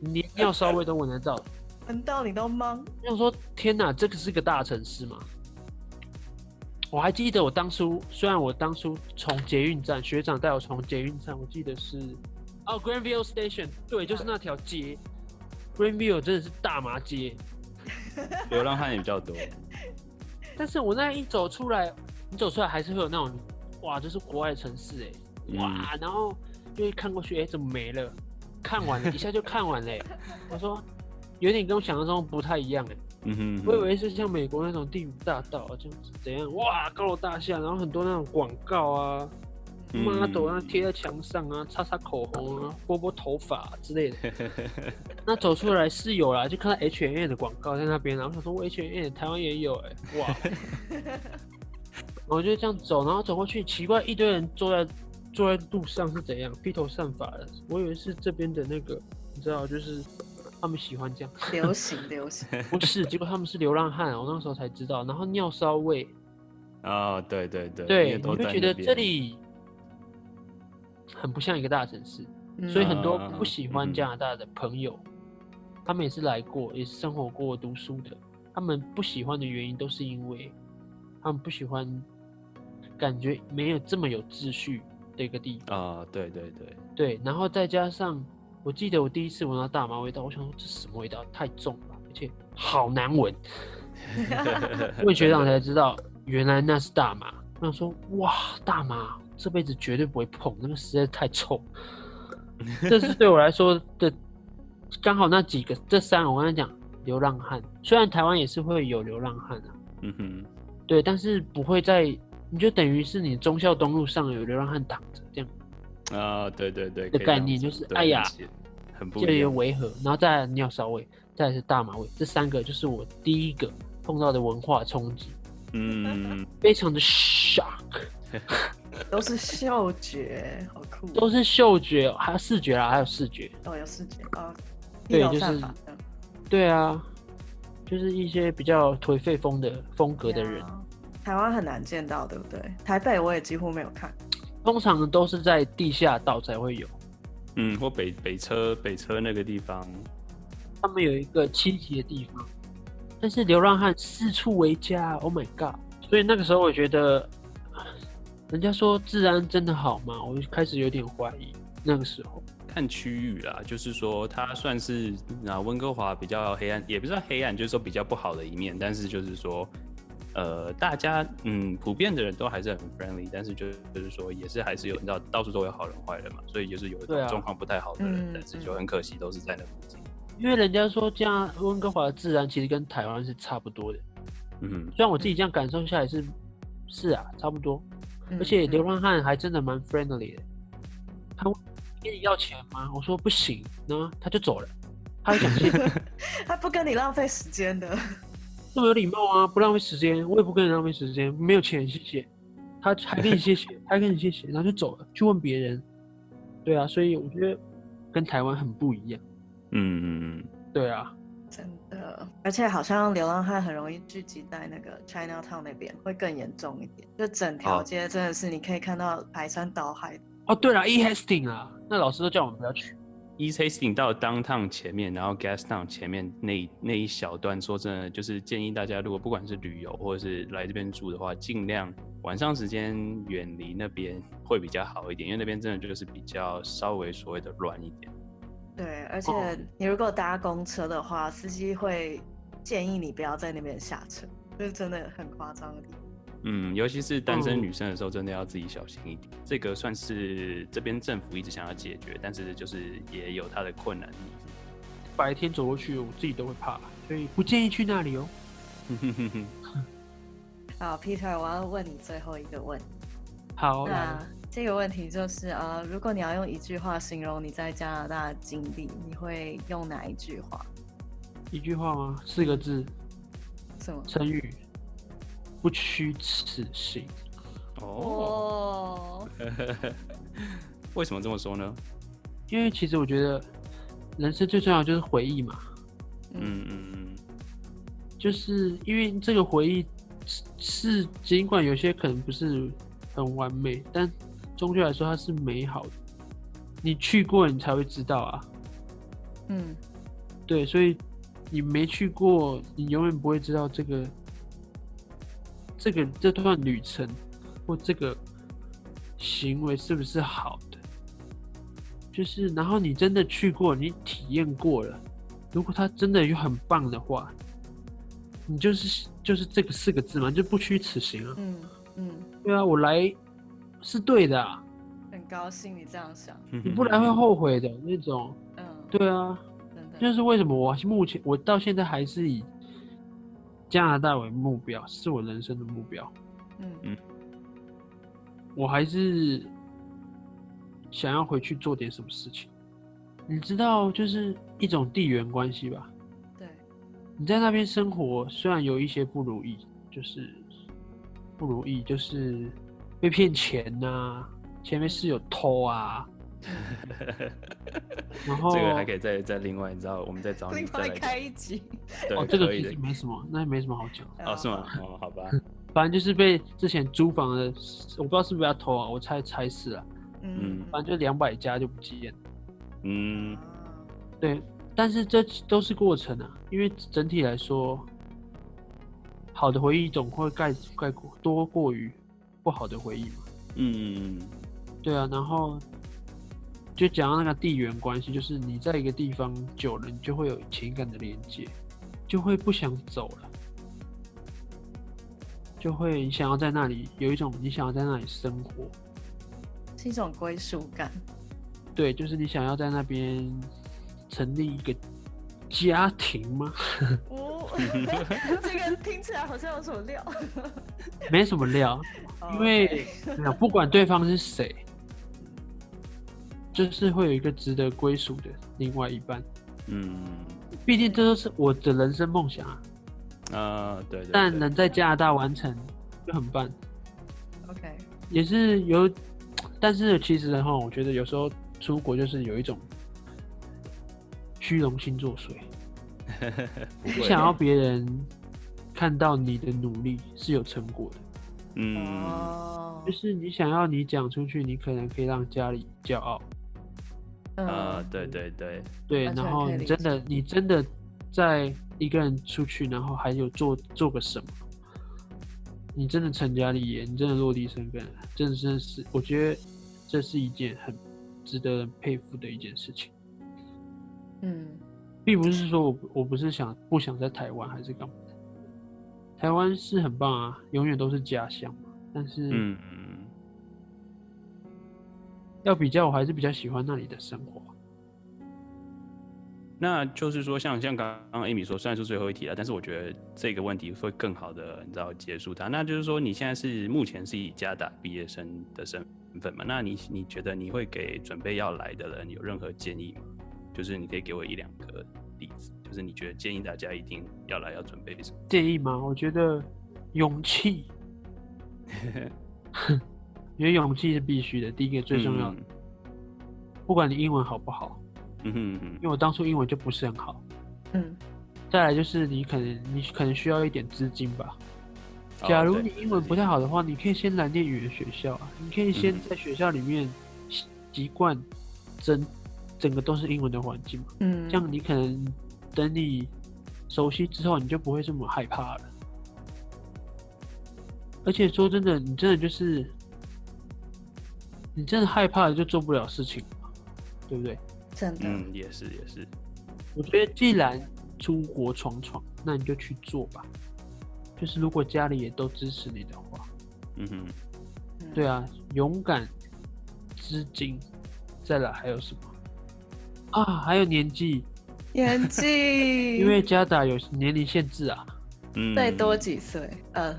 你连尿骚味都闻得到。闻到你都懵。我想说，天哪，这个是个大城市嘛？我还记得我当初，虽然我当初从捷运站，学长带我从捷运站，我记得是哦，Greenville Station，对，就是那条街，Greenville 真的是大麻街。 *laughs* 流浪汉也比较多。但是我那一走出来，你走出来还是会有那种，哇，这是国外的城市哎、哇，然后就会看过去，哎、怎么没了？看完了，一下就看完了、哎我说，有点跟我想象中不太一样哎、嗯哼，我以为是像美国那种第五大道，啊就是怎样哇高楼大厦，然后很多那种广告啊、嗯 model 啊贴在墙上啊，擦擦口红啊，拨拨头发、*laughs* 之类的。那走出来是有啦，就看到 H N 的广告在那边，然后想说我 H N 台湾也有哎、哇！ *laughs* 然后就这样走，然后走过去，奇怪一堆人坐在坐在路上是怎样披头散发的，我以为是这边的那个，你知道，就是他们喜欢这样。流行流 *laughs* 行，不是，结果他们是流浪汉，我那时候才知道。然后尿骚味，啊，对对对，对，因为你都会在觉那得边这里很不像一个大城市，嗯所以很多嗯不喜欢嗯加拿大的朋友，他们也是来过，也是生活过、读书的，他们不喜欢的原因都是因为他们不喜欢感觉没有这么有秩序的一个地方。啊，对对 *laughs* 对，对，然后再加上，我记得我第一次闻到大麻味道，我想说这什么味道，太重了，而且好难闻。问学长才知道，原来那是大麻。我想说，哇，大麻这辈子绝对不会碰，那个实在太 *laughs* 臭。这是对我来说的，刚好那几个，这三个我跟你讲，流浪汉。虽然台湾也是会有流浪汉啊， *laughs* 嗯哼，对，但是不会在，你就等于是你忠孝东路上有流浪汉躺着这样。啊，对对对，的可以概这样念子就是对哎呀，理解很不就一有样，违和，然后再来尿骚味，再来是大麻味，这三个就是我第一个碰到的文化冲击，嗯，非常的 shock，都是嗅觉，好酷哦，都是嗅觉，还有视觉啊啦，还有视觉，哦有视觉哦，对一楼就是散发的对啊，就是一些比较颓废风的风格的人，呀嗯台湾很难见到，对不对？台北我也几乎没有看，通常都是在地下道才会有，嗯，或北北车北车那个地方，他们有一个栖息的地方，但是流浪汉四处为家，Oh my god！所以那个时候我觉得，人家说治安真的好吗？我就开始有点怀疑，那个时候。看区域啦，就是说它算是啊温哥华比较黑暗，也不是说黑暗，就是说比较不好的一面，但是就是说。呃，大家嗯，普遍的人都还是很 friendly，但是就是就是说，也是还是有你知道，到处都有好人坏人嘛，所以就是有一对啊种状况不太好的人，嗯但是就很可惜都是在那附近。因为人家说这样温哥华的治安其实跟台湾是差不多的，嗯，虽然我自己这样感受下来是，是啊，差不多。嗯而且嗯流 *laughs* 浪汉还真的蛮 friendly 的，他问跟你要钱吗？我说不行，然后他就走了。他还想谢， *laughs* 他不跟你浪费时间的，这么有礼貌啊，不浪费时间，我也不跟你浪费时间，没有钱，谢谢。他还跟你谢谢，还跟你谢谢，然后就走了，去问别人。对啊，所以我觉得跟台湾很不一样。嗯，对啊，真的，而且好像流浪汉很容易聚集在那个 China Town 那边，会更严重一点。就整条哦街真的是你可以看到排山倒海。哦对了，E Hastings 啊，那老师都叫我们不要去。 e s t a t i n g 到 downtown 前面，然后 gas town 前面那一那一小段，说真的，就是建议大家，如果不管是旅游或者是来这边住的话，尽量晚上时间远离那边会比较好一点，因为那边真的就是比较稍微所谓的乱一点。对，而且哦你如果搭公车的话，司机会建议你不要在那边下车，就是真的很夸张的地方。嗯，尤其是单身嗯女生的时候，真的要自己小心一点。这个算是这边政府一直想要解决，但是就是也有它的困难地方。白天走过去，我自己都会怕，所以不建议去那里哦。好，Peter，我要问你最后一个问题。好，来那这个问题就是呃，如果你要用一句话形容你在加拿大的经历，你会用哪一句话？一句话吗？四个字，什么？成语，不虚此行。哦，哦， *laughs* 为什么这么说呢？因为其实我觉得，人生最重要的就是回忆嘛，嗯嗯嗯嗯，就是因为这个回忆是是尽管有些可能不是很完美，但终究来说它是美好的。你去过，你才会知道啊。嗯，对，所以你没去过，你永远不会知道这个这个这段旅程或这个行为是不是好的。就是，然后你真的去过，你体验过了，如果它真的有很棒的话，你就是就是这个四个字嘛，就不虚此行啊。嗯嗯，对啊，我来是对的、啊，很高兴你这样想。嗯你不来会后悔的那种。嗯，，对啊，真的，就是为什么我目前我到现在还是以加拿大为目标，是我人生的目标。嗯我还是想要回去做点什么事情。你知道，就是一种地缘关系吧？对，你在那边生活，虽然有一些不如意，就是不如意，就是被骗钱呐、前面室友偷啊， *laughs* 然后这个还可以再再另外，你知道，我们再找你另再外来讲。开一集。对，哦，这个可以其的实。没什么，那也没什么好啊讲。哦，是嗯吗？？哦，好吧。反正就是被之前租房的，我不知道是不是要偷啊，我猜猜是啊，嗯，反正就两百家就不见了。嗯啊对，但是这都是过程啊，因为整体来说，好的回忆总会盖盖过多过于不好的回忆嘛。嗯对啊，然后就讲到那个地缘关系，就是你在一个地方久了，你就会有情感的连接，就会不想走了，就会你想要在那里有一种你想要在那里生活，是一种归属 *laughs* 感。对，就是你想要在那边成立一个家庭吗？哦，嗯这个听起来好像有什么料。没什么料，哦因为那不管对方是谁，就是会有一个值得归属的另外一半。嗯 *laughs* 毕竟这都是我的人生梦想啊，啊，对对。但对能在加拿大完成就很棒， OK，也是有。但是其实哈，我觉得有时候出国就是有一种虚荣心作祟，不你会想要别人看到你的努力是有成果的。嗯哦就，是你想要你讲出去，你可能可以让家里骄傲，啊，嗯，对对对，对，完全然后可以你理真的你真的在一个人出去，然后还有做做个什么，你真的成家立业，你真的落地生根，真的真是我觉得这是一件很值得人佩服的一件事情，嗯，并不是说我我不是想不想在台湾还是干嘛的，台湾是很棒啊，永远都是家乡嘛，但是嗯嗯要比较，我还是比较喜欢那里的生活。那就是说像，像刚刚 Amy 说，虽然是最后一题了，但是我觉得这个问题会更好的，你知道结束它。那就是说，你现在是目前是以加大毕业生的身份嘛？那你你觉得你会给准备要来的人有任何建议吗？就是你可以给我一两个例子，就是你觉得建议大家一定要来要准备什么？建议吗？我觉得 *laughs* 勇气，因为勇气是必须的，第一个最重要的。嗯不管你英文好不好，嗯哼嗯因为我当初英文就不是很好。嗯，再来就是你可能你可能需要一点资金吧。哼，假哦如对你英文不太好的话，你可以先来念语言学校啊，你可以先嗯在学校里面习习惯整整个都是英文的环境嘛，嗯，这样你可能等你熟悉之后，你就不会这么害怕了。而且说真的，你真的就是你真的害怕了就做不了事情了嘛，对不对？真的，嗯也是也是，我觉得既然出国闯闯，那你就去做吧。就是如果家里也都支持你的话，嗯哼，嗯对啊，勇敢、资金，再来还有什么啊？还有年纪，年纪， *laughs* 因为加打有年龄限制啊，嗯，最多几岁？呃，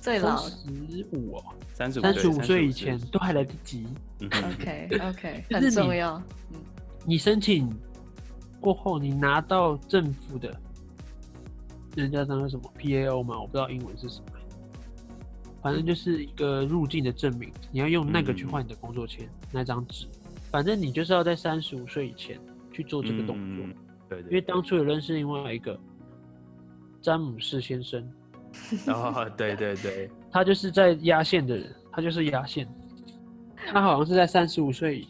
最老十五哦，三十五三十五岁岁以前都还来得及。嗯哼 OK *laughs* OK，就是很你重要。嗯你申请过后，你拿到政府的，人家那个什么 PAO 嘛，我不知道英文是什么，反正就是一个入境的证明，你要用那个去换你的工作签、那张纸。反正你就是要在三十五岁以前去做这个动作，嗯对对，因为当初初有认识另外一个詹姆士先生，哦，对对对，他就是在压线的人，他就是压线，他好像是在三十五岁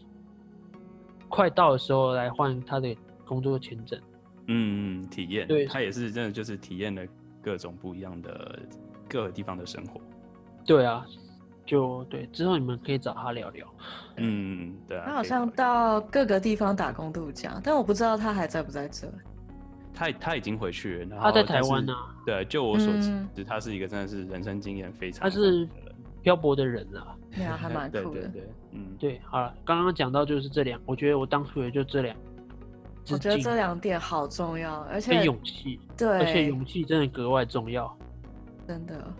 快到的时候来换他的工作签证。嗯，嗯，体验，对他也是真的就是体验了各种不一样的各个地方的生活。对啊，就对，之后你们可以找他聊聊。嗯，对啊，他好可以考像虑到各个地方打工度假，但我不知道他还在不在这。他他已经回去了，然后他在但台湾是呢、对，就我所知嗯，他是一个真的是人生经验非常他是丰富的人漂泊的人啊。对啊，还蛮对酷对的。对，嗯，对，好了，刚刚讲到就是这两，我觉得我当初也就这两，我自觉得信这两点好重要，而且跟勇气，而且对，勇气真的格外重要。真的，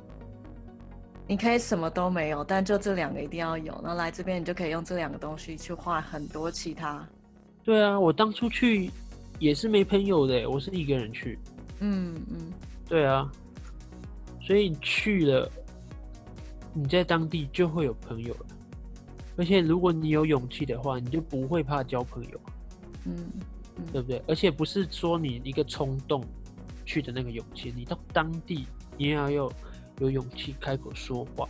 你可以什么都没有，但就这两个一定要有。然后来这边，你就可以用这两个东西去换很多其他。对啊，我当初去也是没朋友的欸，我是一个人去。嗯嗯，对啊，所以你去了，你在当地就会有朋友了。而且如果你有勇气的话，你就不会怕交朋友。嗯对不对？而且不是说你一个冲动去的那个勇气，你到当地你也要有有勇气开口说话。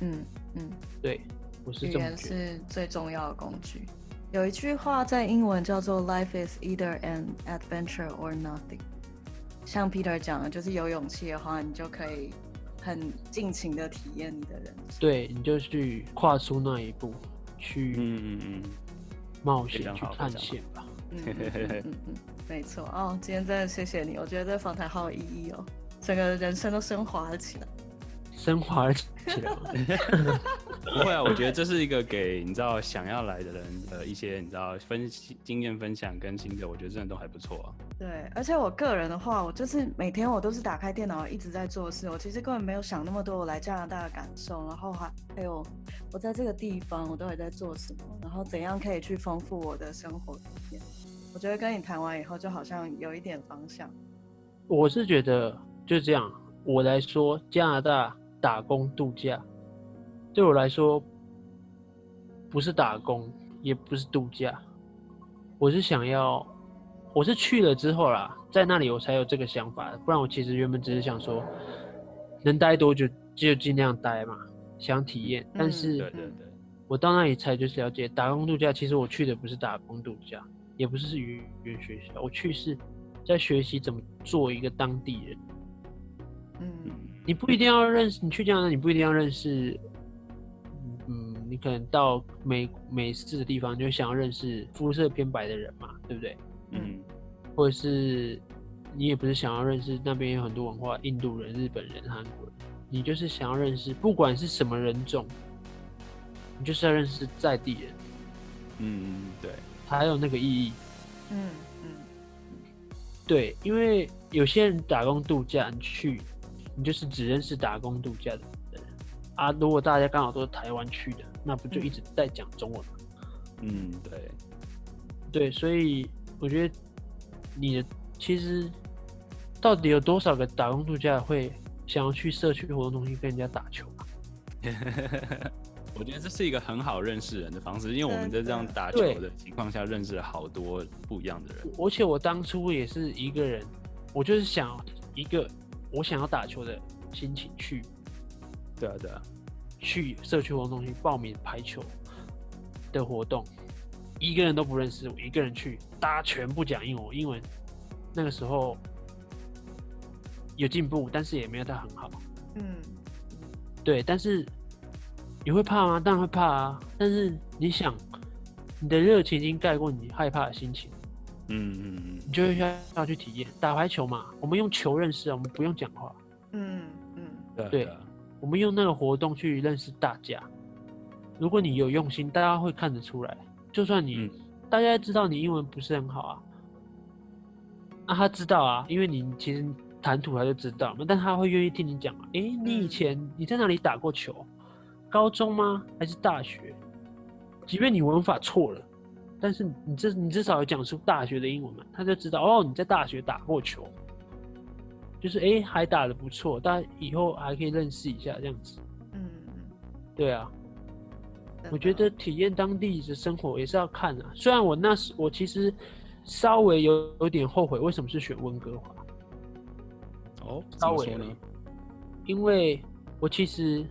嗯嗯，对，我是语这么言觉得。是最重要的工具。有一句话在英文叫做 “Life is either an adventure or nothing”。像 Peter 讲的，就是有勇气的话，你就可以很尽情的体验你的人生。对，你就去跨出那一步，去嗯嗯冒非险、常去好非探常好险吧。嗯嗯嗯嗯嗯嗯，没错。哦，今天真的谢谢你，我觉得这访谈好有意义哦，整个人生都升华了起来。升华了起来嘛。嗯，不会啊，我觉得这是一个给你知道想要来的人的一些你知道分析经验分享跟心得，我觉得真的都还不错啊。对，而且我个人的话，我就是每天我都是打开电脑一直在做事，我其实根本没有想那么多我来加拿大的感受，然后还还有我在这个地方我到底在做什么，然后怎样可以去丰富我的生活体验。我觉得跟你谈完以后，就好像有一点方向。我是觉得就这样，我来说加拿大打工度假，对我来说不是打工，也不是度假，我是想要，我是去了之后啦，在那里我才有这个想法，不然我其实原本只是想说，能待多久就尽量待嘛，想体验，但对是对嗯对，我到那里才就是了解，打工度假其实我去的不是打工度假，也不是语言学校，我去是在学习怎么做一个当地人。嗯嗯你不一定要认识，你去加拿大，你不一定要认识，嗯，你可能到美美式的地方，你就想要认识肤色偏白的人嘛，对不对？嗯或者是你也不是想要认识那边有很多文化，印度人、日本人、韩国人，你就是想要认识，不管是什么人种，你就是要认识在地人，嗯嗯，对，才有那个意义。嗯嗯对，因为有些人打工度假，你去，你就是只认识打工度假的人啊。如果大家刚好都是台湾去的，那不就一直在讲中文吗？嗯对，对，所以我觉得你的其实到底有多少个打工度假会想要去社区活动中心跟人家打球啊？ *laughs* 我觉得这是一个很好认识人的方式，因为我们在这样打球的情况下，认识了好多不一样的人。而且我当初也是一个人，我就是想一个我想要打球的心情去对啊，对啊，去社区活动中心报名排球的活动，一个人都不认识，我一个人去，大家全部讲英文，我英文那个时候有进步，但是也没有到很好。嗯，对，但是你会怕吗？当然会怕啊！但是你想，你的热情已经盖过你害怕的心情，嗯嗯嗯你就会需要要去体验打排球嘛。我们用球认识啊，我们不用讲话，嗯嗯，对啊，对对啊，我们用那个活动去认识大家。如果你有用心，大家会看得出来。就算你、嗯大家知道你英文不是很好啊，啊，他知道啊，因为你其实谈吐他就知道嘛，但他会愿意听你讲嘛。诶、你以前你在哪里打过球？高中吗？还是大学？即便你文法错了，但是你至你至少有讲出大学的英文嘛，他就知道哦，你在大学打过球，就是诶、还打得不错，但以后还可以认识一下这样子。嗯，对啊，真我觉的得体验当地的生活也是要看啊。虽然我那时我其实稍微有有点后悔，为什么是选温哥华？哦，怎稍么微说而呢已？因为我其实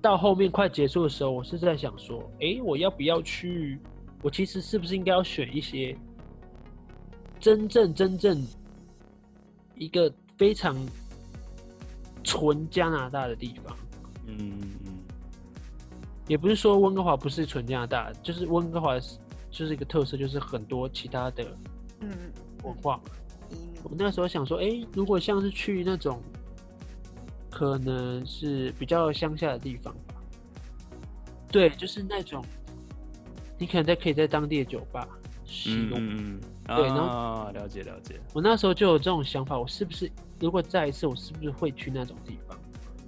到后面快结束的时候，我是在想说，诶，我要不要去？我其实是不是应该要选一些真正真正一个非常纯加拿大的地方？嗯嗯嗯，也不是说温哥华不是纯加拿大，就是温哥华是就是一个特色，就是很多其他的嗯文化嘛。移民我那时候想说，哎、如果像是去那种可能是比较乡下的地方吧，对，就是那种你可能在可以在当地的酒吧使嗯用。嗯嗯，对然后啊，了解了解，我那时候就有这种想法，我是不是如果再一次，我是不是会去那种地方？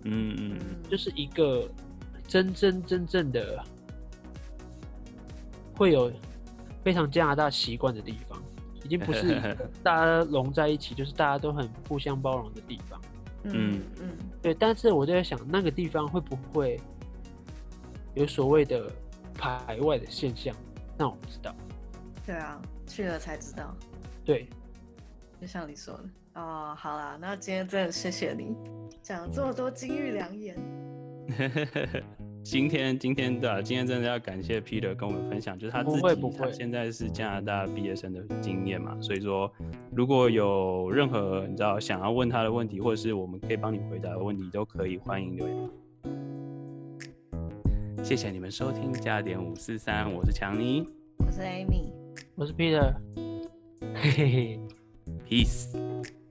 嗯嗯嗯，嗯，就是一个真真真正的会有非常加拿大习惯的地方，已经不是一 *laughs* 个大家融在一起，就是大家都很互相包容的地方。嗯嗯对，但是我就在想，那个地方会不会有所谓的排外的现象？那我不知道。对啊，去了才知道，对，就像你说的哦。好啦，那今天真的谢谢你讲了这么多金玉良言。 *laughs* 今天今天的今天真的要感谢 Peter 跟我们分享，就是他自己不会不会他现在是加拿大毕业生的经验嘛，所以说如果有任何你知道想要问他的问题，或者是我们可以帮你回答的问题，都可以欢迎留言。谢谢你们收听加点五四三，我是强尼我是 Amy。我是 Peter，嘿嘿嘿。 ，peace。